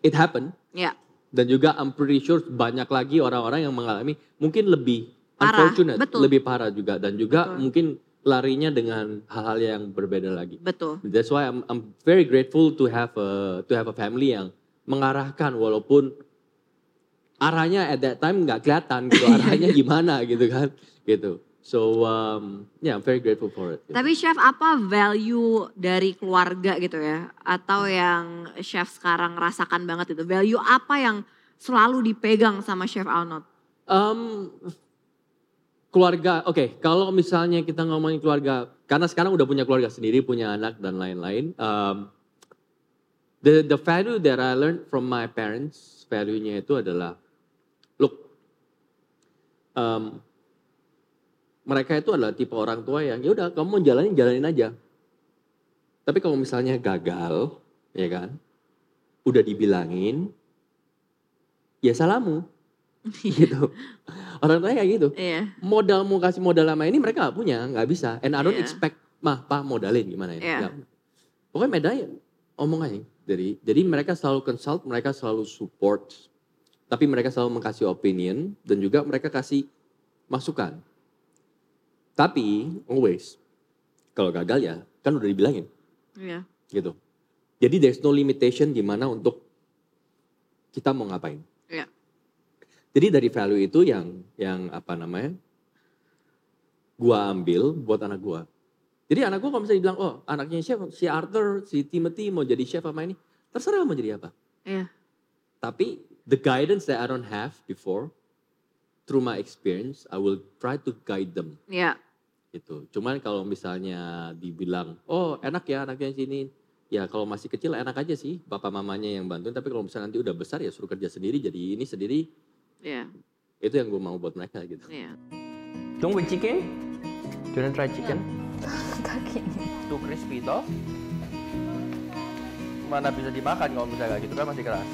it happened
Ya,
dan juga I'm pretty sure banyak lagi orang-orang yang mengalami mungkin lebih
Parah,
unfortunate,
betul.
lebih parah juga dan juga
Betul.
mungkin larinya dengan hal-hal yang berbeda lagi.
betul.
That's why I'm I'm very grateful to have a to have a family yang mengarahkan walaupun arahnya at that time nggak kelihatan gitu arahnya gimana gitu kan gitu. So um, yeah I'm very grateful for it.
Tapi chef apa value dari keluarga gitu ya atau yang chef sekarang rasakan banget itu value apa yang selalu dipegang sama chef Arnold?
Um, keluarga, oke. kalau misalnya kita ngomongin keluarga, karena sekarang udah punya keluarga sendiri, punya anak dan lain-lain. Um, the the value that I learned from my parents, value-nya itu adalah, look, um, mereka itu adalah tipe orang tua yang ya udah kamu mau jalanin jalanin aja. Tapi kalau misalnya gagal, ya kan, udah dibilangin, ya salahmu gitu. Orang tua kayak gitu.
Iya,
Modal mau kasih modal lama ini mereka nggak punya, nggak bisa. And I don't
Iya.
expect mah pa modalin gimana ya.
Iya.
Nggak. Pokoknya medanya omong aja. Jadi jadi mereka selalu consult, mereka selalu support. Tapi mereka selalu mengkasih opinion dan juga mereka kasih masukan. Tapi always kalau gagal ya kan udah dibilangin
iya.
gitu. Jadi there's no limitation di mana untuk kita mau ngapain.
Iya.
Jadi dari value itu yang yang apa namanya? gua ambil buat anak gua. Jadi anak gua kalau misalnya dibilang, "Oh, anaknya chef si Arthur, si Timothy mau jadi chef apa ini?" Terserah mau jadi apa.
Iya.
Tapi the guidance that I don't have before through my experience, I will try to guide them
Iya,
gitu. Cuman kalau misalnya dibilang, oh enak ya anaknya sini, ya kalau masih kecil enak aja sih bapak mamanya yang bantuin. Tapi kalau misalnya nanti udah besar ya suruh kerja sendiri, jadi ini sendiri
iya,
itu yang gue mau buat mereka gitu.
iya.
Don't with chicken? Do you want to try chicken? Too crispy toh? Mana bisa dimakan kalau misalnya kayak gitu kan masih keras.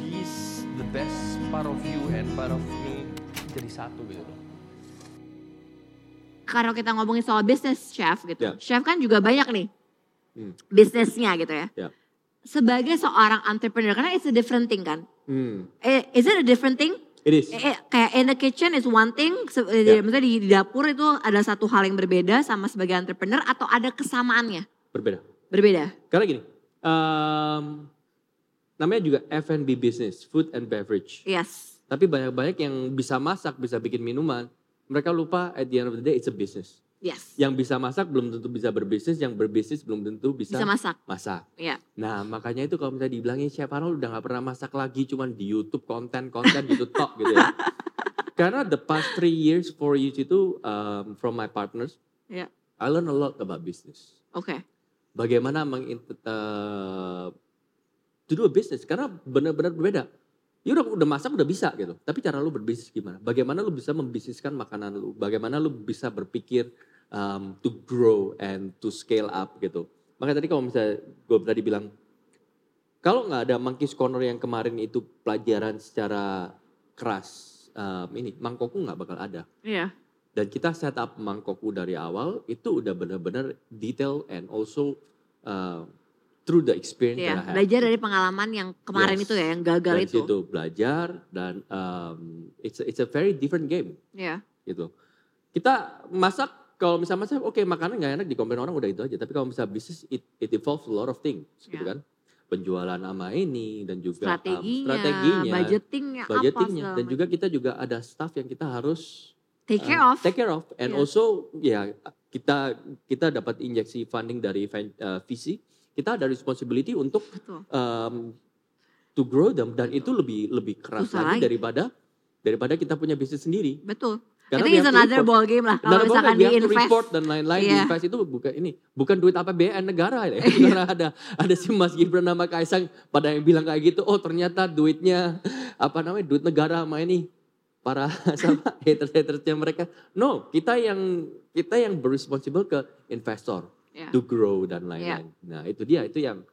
He's the best part of you and part of me jadi satu gitu loh.
Karena kita ngomongin soal bisnis chef gitu,
Iya.
chef kan juga banyak nih
Hmm.
bisnisnya gitu ya.
Iya.
Sebagai seorang entrepreneur, karena it's a different thing kan.
Hmm,
Eh, Is it a different thing?
it is.
Eh, eh, kayak in the kitchen is one thing, se- eh,
Ya.
maksudnya di, di dapur itu ada satu hal yang berbeda sama sebagai entrepreneur atau ada kesamaannya?
Berbeda.
Berbeda.
Karena gini, em, namanya juga F&B business, food and beverage.
Yes.
Tapi banyak-banyak yang bisa masak, bisa bikin minuman, mereka lupa at the end of the day it's a business.
Yes.
Yang bisa masak belum tentu bisa berbisnis, yang berbisnis belum tentu bisa,
Bisa masak.
masak.
Iya.
Nah makanya itu kalau misalnya dibilangin Chef Arnold udah nggak pernah masak lagi cuman di YouTube konten-konten gitu tok gitu ya. Karena the past three years, four years itu um, from my partners,
Iya.
I learn a lot about business.
Oke.
Bagaimana meng eh, to do a business karena benar-benar berbeda. Ya udah, udah masak udah bisa gitu, tapi cara lu berbisnis gimana? Bagaimana lu bisa membisniskan makanan lu? Bagaimana lu bisa berpikir um, to grow and to scale up gitu? Makanya tadi kalau misalnya gue tadi bilang kalau nggak ada monkey's corner yang kemarin itu pelajaran secara keras um, ini mangkokku nggak bakal ada
Iya.
dan kita set up mangkokku dari awal itu udah benar-benar detail and also uh, through the experience
Iya.
that I had.
Belajar dari pengalaman yang kemarin
Yes.
itu ya, yang gagal
Dari
itu.
situ belajar dan um, it's a, it's a very different game
Iya.
gitu. Kita masak kalau misalnya masak oke makanan nggak enak di komplain orang udah itu aja. Tapi kalau misalnya bisnis it, it involves a lot of things gitu
Ya.
kan. Penjualan sama ini dan juga um,
strateginya,
strateginya
budgetingnya,
budgetingnya
apa
dan juga kita juga ada staff yang kita harus
take care
Uh,
of.
Take care of. And
Yeah.
also ya kita kita dapat injeksi funding dari ven- uh, VC. Kita ada responsibility untuk
Betul.
um, to grow them dan itu lebih lebih keras
Susah
lagi
lagi.
daripada daripada kita punya bisnis sendiri.
Betul.
Karena
I
we
think it's
have to
another
report.
ball game lah kalau
Another ball
misalkan
game, we
di
have to
invest.
report dan lain-lain di
Iya.
invest itu bukan ini bukan duit APBN negara ya. Karena ada ada si Mas Gibran nama Kaisang pada yang bilang kayak gitu, oh ternyata duitnya apa namanya duit negara sama ini para sama haters-hatersnya mereka. No, kita yang kita yang berresponsible ke investor
Iya.
to grow dan lain-lain. Nah, itu dia itu yang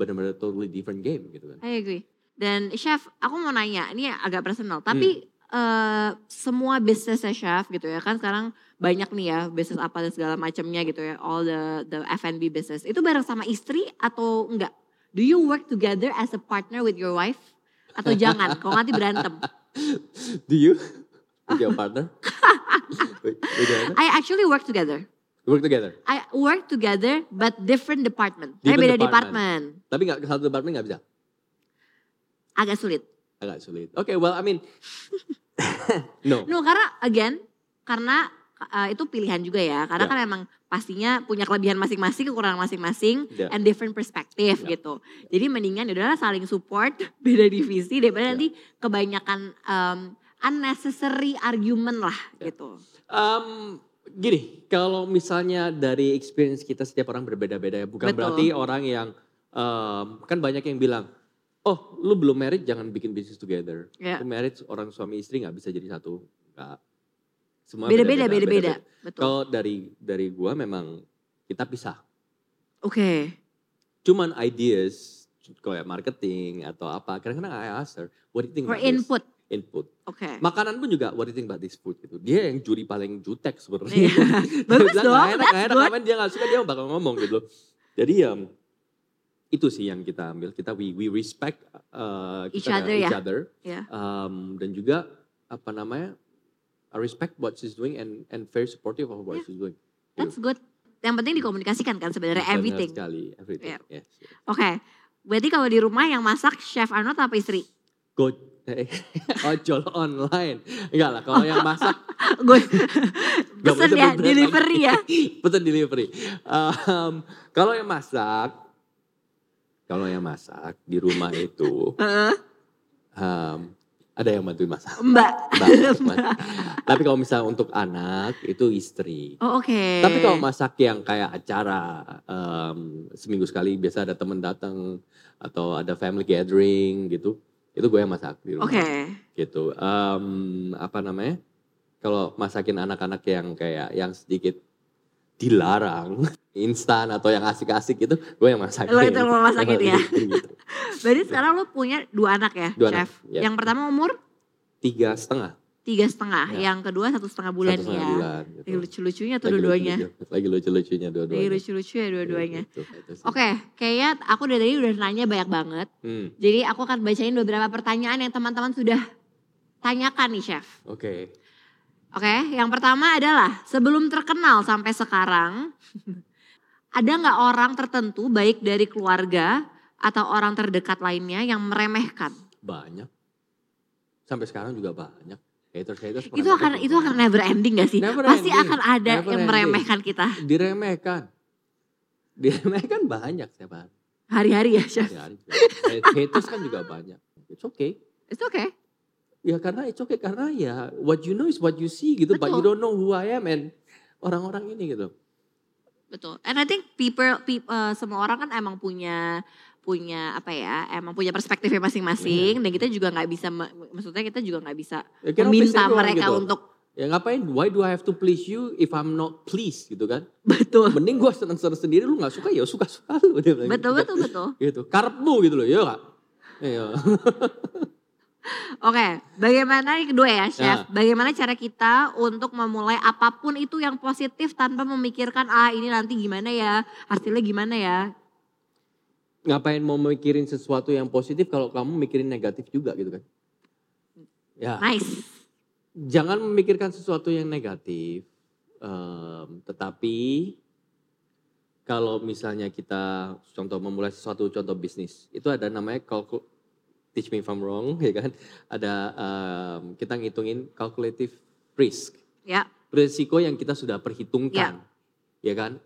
benar-benar totally different game gitu kan.
I agree. Dan chef, aku mau nanya, ini agak personal, tapi
Hmm.
eh, semua bisnisnya chef gitu ya kan sekarang banyak nih ya bisnis apa dan segala macamnya gitu ya, all the the F&B business. Itu bareng sama istri atau enggak? Do you work together as a partner with your wife? Atau jangan, kalau nanti berantem.
Do you with your partner? With- with your partner?
I actually work together.
Work together.
I work together but different department. Saya
Different
beda
department.
department.
Tapi nggak satu departemen nggak bisa.
Agak sulit.
agak sulit. Oke, well I mean no.
No, karena again, karena uh, itu pilihan juga ya. Karena
Ya.
kan emang pastinya punya kelebihan masing-masing, kekurangan masing-masing,
Ya.
and different perspective
Ya.
gitu. Jadi mendingan ya udahlah saling support, beda divisi
Ya.
daripada nanti kebanyakan um, unnecessary argument lah
Ya.
gitu.
Um, gini, kalau misalnya dari experience kita setiap orang berbeda-beda ya, bukan
Betul.
berarti orang yang um, kan banyak yang bilang, "Oh, lu belum married jangan bikin bisnis together."
Ya.
Lu married orang suami istri nggak bisa jadi satu. Nggak. Semua
Beda-beda, beda-beda. Betul.
Kalau dari dari gua memang kita pisah.
Oke.
Cuman ideas kayak marketing atau apa. Kadang-kadang I ask her, what do you think
For
about this?"
input.
Input.
Oke.
Makanan pun juga what do you think about this food gitu. Dia yang juri paling jutek sebenarnya.
Iya.
Dia
Bagus
bilang,
dong,
"Nggak enak,
that's
nggak enak."
good.
Aman, dia gak suka dia bakal ngomong gitu. loh. Jadi ya itu sih yang kita ambil. Kita we we respect uh, kita
Each
dengan
other, ya.
other.
Ya.
Um, dan juga apa namanya I respect what she's doing and and very supportive of what
Ya.
she's doing.
That's good. Yang penting dikomunikasikan kan sebenarnya
Benar
everything. Oke.
sekali, everything.
Ya.
Yes, yes.
Berarti kalau di rumah yang masak chef Arnold apa istri?
Go eh, ojol online. Enggak lah kalau yang masak
Gue
Gak boleh
pesen ya,
sebut brand
delivery
lagi.
ya.
Pesen delivery. Um, kalau yang masak, kalau yang masak di rumah itu
Heeh.
um, ada yang bantuin masak.
Mbak.
Mbak, Mas. Tapi kalau misalnya untuk anak itu istri.
Oh, Oke.
Tapi kalau masak yang kayak acara um, seminggu sekali biasa ada temen datang atau ada family gathering gitu, itu gue yang masak di rumah
Oke.
gitu. Em, apa namanya? Kalau masakin anak-anak yang kayak yang sedikit dilarang, instan atau yang asik-asik gitu, gue yang masakin.
Lo itu lo masakin
Yang
ya?
masakin gitu.
Berarti sekarang lo punya dua anak ya,
Dua anak,
chef.
ya.
Yang pertama umur
Tiga setengah,
tiga setengah,
Ya.
yang kedua satu setengah bulan
satu setengah
ya.
bulan. gitu.
Lagi lucu-lucunya tuh
Lagi
dua-duanya.
lucu-lucu- Lagi lucu-lucunya
Lagi
dua-duanya.
lucu-lucu ya dua-duanya.
Gitu, gitu sih.
Oke, kayaknya aku dari tadi udah nanya banyak banget.
Hmm,
Jadi aku akan bacain beberapa pertanyaan yang teman-teman sudah tanyakan nih chef.
Oke.
Oke, yang pertama adalah sebelum terkenal sampai sekarang, ada nggak orang tertentu baik dari keluarga atau orang terdekat lainnya yang meremehkan?
Banyak. Sampai sekarang juga banyak. Haters-haters.
Itu akan
meremehkan.
itu akan never ending gak sih?
Never
Pasti
ending,
akan ada
never
yang
ending.
meremehkan kita
Diremehkan. Diremehkan banyak setiap hari.
hari-hari ya, Chef.
Ya, haters kan juga banyak. It's okay.
It's okay.
Ya karena it's okay karena ya what you know is what you see gitu, but you
Betul.
don't know who I am and orang-orang ini gitu.
Betul. And I think people, peop- eh, semua orang kan emang punya punya apa ya emang punya perspektifnya
Iya.
masing-masing dan kita juga nggak bisa me- maksudnya kita juga nggak bisa
Ya, cannot please
meminta
everyone
mereka
gitu.
untuk
ya ngapain? Why do I have to please you if I'm not pleased gitu kan?
betul
Mending gua seneng-seneng sendiri, lu nggak suka ya suka-suka lu dia bilang
betul
gitu.
betul betul
Gitu, karepmu gitu loh, ya nggak? Iya.
Oke, bagaimana yang kedua ya,
Ya.
chef? Bagaimana cara kita untuk memulai apapun itu yang positif tanpa memikirkan ah ini nanti gimana ya, hasilnya gimana ya?
Ngapain mau mikirin sesuatu yang positif kalau kamu mikirin negatif juga gitu kan? Ya,
Nice.
jangan memikirkan sesuatu yang negatif. Em, tetapi kalau misalnya kita contoh memulai sesuatu contoh bisnis, itu ada namanya kalku- teach me if I'm wrong, ya kan? Ada em, kita ngitungin calculative risk,
Ya,
risiko yang kita sudah perhitungkan, ya kan?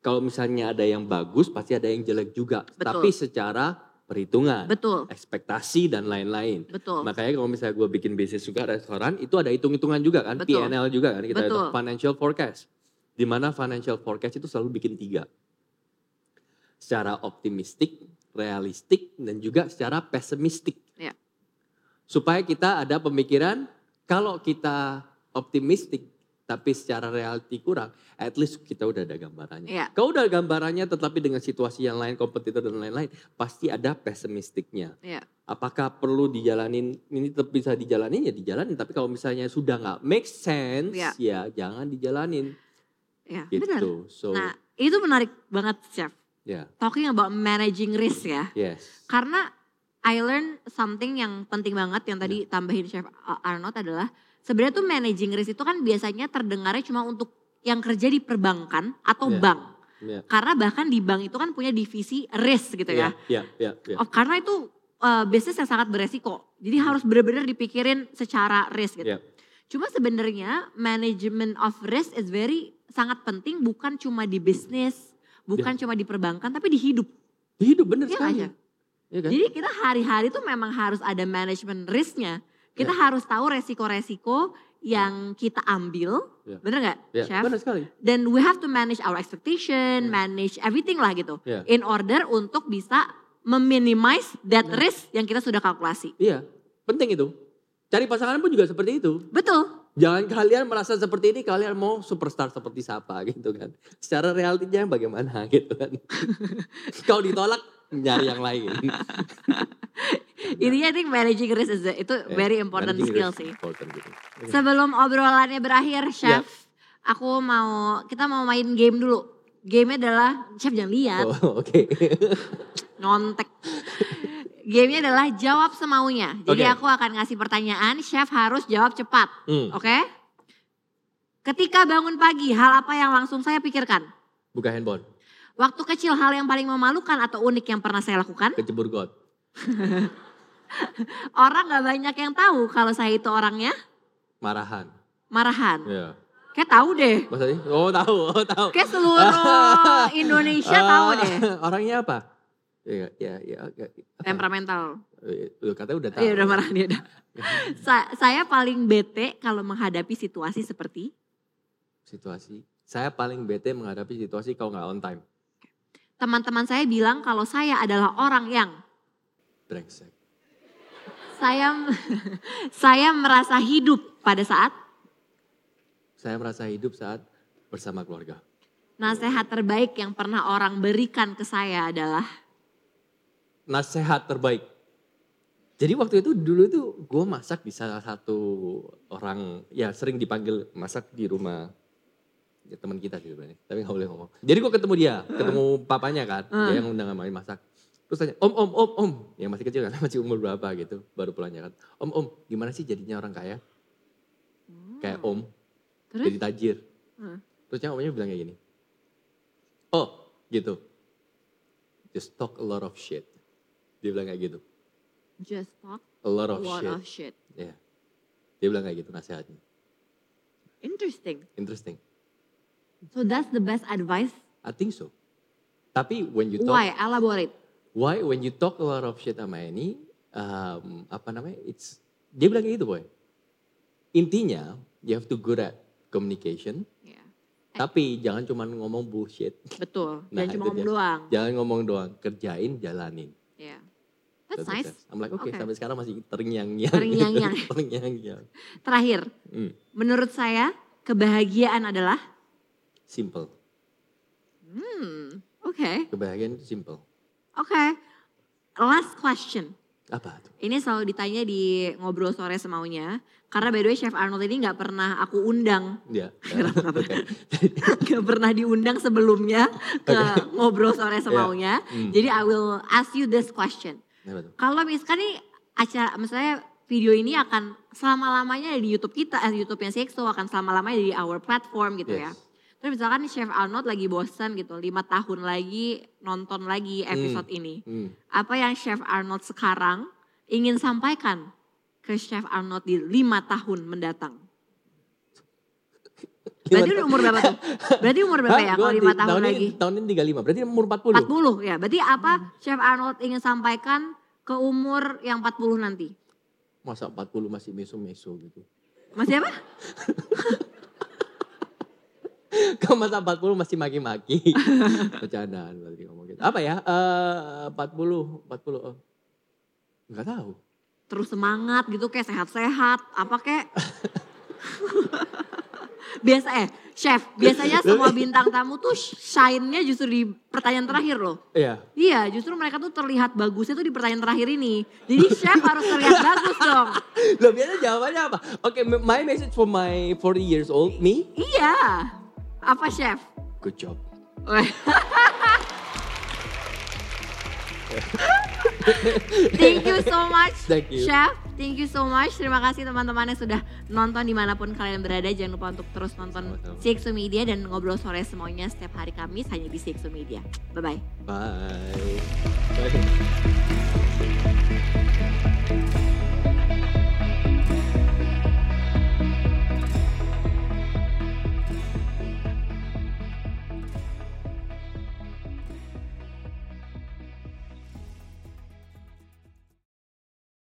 Kalau misalnya ada yang bagus, pasti ada yang jelek juga.
Betul.
Tapi secara perhitungan,
betul,
ekspektasi dan lain-lain.
betul,
Makanya kalau misalnya gue bikin bisnis juga restoran, itu ada hitung-hitung juga kan,
Betul.
PNL juga kan, kita
Betul.
hitung financial forecast. Di mana financial forecast itu selalu bikin tiga. Secara optimistik, realistik, dan juga secara pesimistik.
Iya.
Supaya kita ada pemikiran, kalau kita optimistik, tapi secara reality kurang, at least kita udah ada gambarannya.
Iya.
Kalau udah ada gambarannya, tetapi dengan situasi yang lain, kompetitor dan lain-lain, pasti ada pesimistiknya
Iya.
apakah perlu dijalanin ini tetap bisa dijalanin ya dijalanin tapi kalau misalnya sudah nggak make sense
Iya.
ya jangan dijalanin
ya, benar.
gitu so
Nah, itu menarik banget, Chef.
ya
Talking about managing risk ya.
yes
Karena I learn something yang penting banget yang tadi tambahin Chef uh, Arnold adalah sebenarnya tuh managing risk itu kan biasanya terdengarnya cuma untuk yang kerja di perbankan atau
Iya.
bank.
Iya.
Karena bahkan di bank itu kan punya divisi risk gitu ya.
ya ya ya ya.
Oh, karena itu uh, bisnis yang sangat beresiko. Jadi harus benar-benar dipikirin secara risk gitu.
Iya.
Cuma sebenarnya management of risk is very sangat penting bukan cuma di bisnis, bukan cuma di perbankan tapi di hidup.
Di hidup bener
Iya
sekali
aja.
Iya kan
Jadi kita hari-hari tuh memang harus ada manajemen risknya. Kita
Ya.
harus tahu resiko-resiko yang kita ambil,
Iya.
bener nggak,
ya,
chef?
bener Ya. sekali
Dan we have to manage our expectation, manage everything lah gitu,
Iya.
in order untuk bisa meminimize that
Iya.
risk yang kita sudah kalkulasi.
iya penting itu cari pasangan pun juga seperti itu
Betul,
jangan kalian merasa seperti ini kalian mau superstar seperti siapa gitu kan secara realitinya bagaimana gitu kan kalau ditolak nyari yang lain Eh,
intinya I think managing risk is a- itu
Ya,
very important
managing
skill
risk Ya.
sih.
important gitu.
Sebelum obrolannya berakhir, chef, aku mau kita mau main game dulu. Gamenya adalah chef jangan lihat.
Oh, oke.
Nontek. Gamenya adalah jawab semaunya. Jadi
Oke.
aku akan ngasih pertanyaan, chef harus jawab cepat,
Hmm,
oke? Ketika bangun pagi, hal apa yang langsung saya pikirkan?
buka handphone,
Waktu kecil hal yang paling memalukan atau unik yang pernah saya lakukan?
kecebur got.
Orang gak banyak yang tahu kalau saya itu orangnya
Marahan.
marahan.
Iya.
Kayak tahu deh.
Maksudnya? Oh, tahu, oh, tahu.
Kayak seluruh Indonesia tahu
Ah,
deh.
Orangnya apa? Iya, iya, iya. iya.
Temperamental.
Eh, Lu katanya udah tahu.
Iya udah marah dia dah. Sa- saya paling bete kalau menghadapi situasi seperti
Situasi. Saya paling bete menghadapi situasi kalau nggak on time.
teman-teman saya bilang kalau saya adalah orang yang
Brengsek.
saya saya merasa hidup pada saat
Saya merasa hidup saat bersama keluarga.
nasihat terbaik yang pernah orang berikan ke saya adalah
Nasehat terbaik. Jadi waktu itu dulu itu gue masak di salah satu orang ya sering dipanggil masak di rumah ya, teman kita sih sebenarnya tapi nggak boleh ngomong jadi gue ketemu dia ketemu papanya kan dia yang undang main masak terus tanya om om om om yang masih kecil kan masih umur berapa gitu baru pulangnya kan om om gimana sih jadinya orang kaya kayak om
Terus?
jadi tajir
Hmm.
terusnya omnya bilang kayak gini oh gitu just talk a lot of shit dia bilang kayak gitu
just talk
a lot
a
of Oh,
lot
shit
of shit.
Iya. dia bilang kayak gitu nasihatnya
Interesting.
interesting
So that's the best advice.
I think so tapi when you talk
Why? Elaborate.
why when you talk a lot of shit sama ini um, apa namanya it's dia bilang kayak gitu boy intinya you have to good at communication
Ya,
tapi jangan cuma ngomong bullshit
Betul.
Nah,
Jangan
itu
cuma ngomong
dia.
doang.
jangan ngomong doang kerjain jalanin
Ya. That's
That makes
nice.
sense. I'm like oke
Okay.
sampai sekarang masih terngiang yang
Terngiang-ngiang.
terngiang
Terakhir,
Hmm.
menurut saya kebahagiaan adalah
simple
hmm, oke.
kebahagiaan itu simple
Oke. Last question.
apa tuh
Ini selalu ditanya di ngobrol sore semaunya. Karena by the way Chef Arnold ini nggak pernah aku undang,
ya Oke.
nggak pernah diundang sebelumnya ke ngobrol sore semaunya.
Hmm.
Jadi I will ask you this question.
Apa tuh?
Kalau misalkan nih acara, misalnya video ini akan selama-lamanya ada di YouTube kita, eh, YouTube-nya Sexto akan selama-lamanya ada di our platform gitu ya.
Yes.
Terus misalkan Chef Arnold lagi bosan gitu, lima tahun lagi nonton lagi episode ini.
Hmm.
Apa yang Chef Arnold sekarang ingin sampaikan ke Chef Arnold di lima tahun mendatang? Berarti udah umur berapa tuh? Berarti umur berapa
Hah?
ya
Gua
kalau
di-
lima tahun
tahun
lagi?
Ini, tahun ini 35, berarti umur 40.
40 ya. Berarti apa Chef Arnold ingin sampaikan ke umur yang 40 nanti?
Masa 40 masih meso-meso gitu.
Masih apa?
Kau masa 40 masih maki-maki. Bercandaan berarti ngomong gitu. Apa ya? Eh 40, 40. Oh. Enggak tahu.
Terus semangat gitu kayak sehat-sehat, apa kayak Biasa eh, chef, biasanya semua bintang tamu tuh shine-nya justru di pertanyaan terakhir loh.
Iya.
Iya, justru mereka tuh terlihat bagusnya tuh di pertanyaan terakhir ini. Jadi chef harus terlihat bagus dong.
Loh biasa jawabannya apa? Oke, m- my message for my 40 years old me.
Iya. Apa chef?
Good job.
Thank you so much,
Thank you.
Chef. Thank you so much. Terima kasih teman-teman yang sudah nonton dimanapun kalian berada. Jangan lupa untuk terus nonton
Sama-sama.
CXO Media dan ngobrol sore semuanya setiap hari Kamis hanya di CXO Media. Bye-bye.
Bye.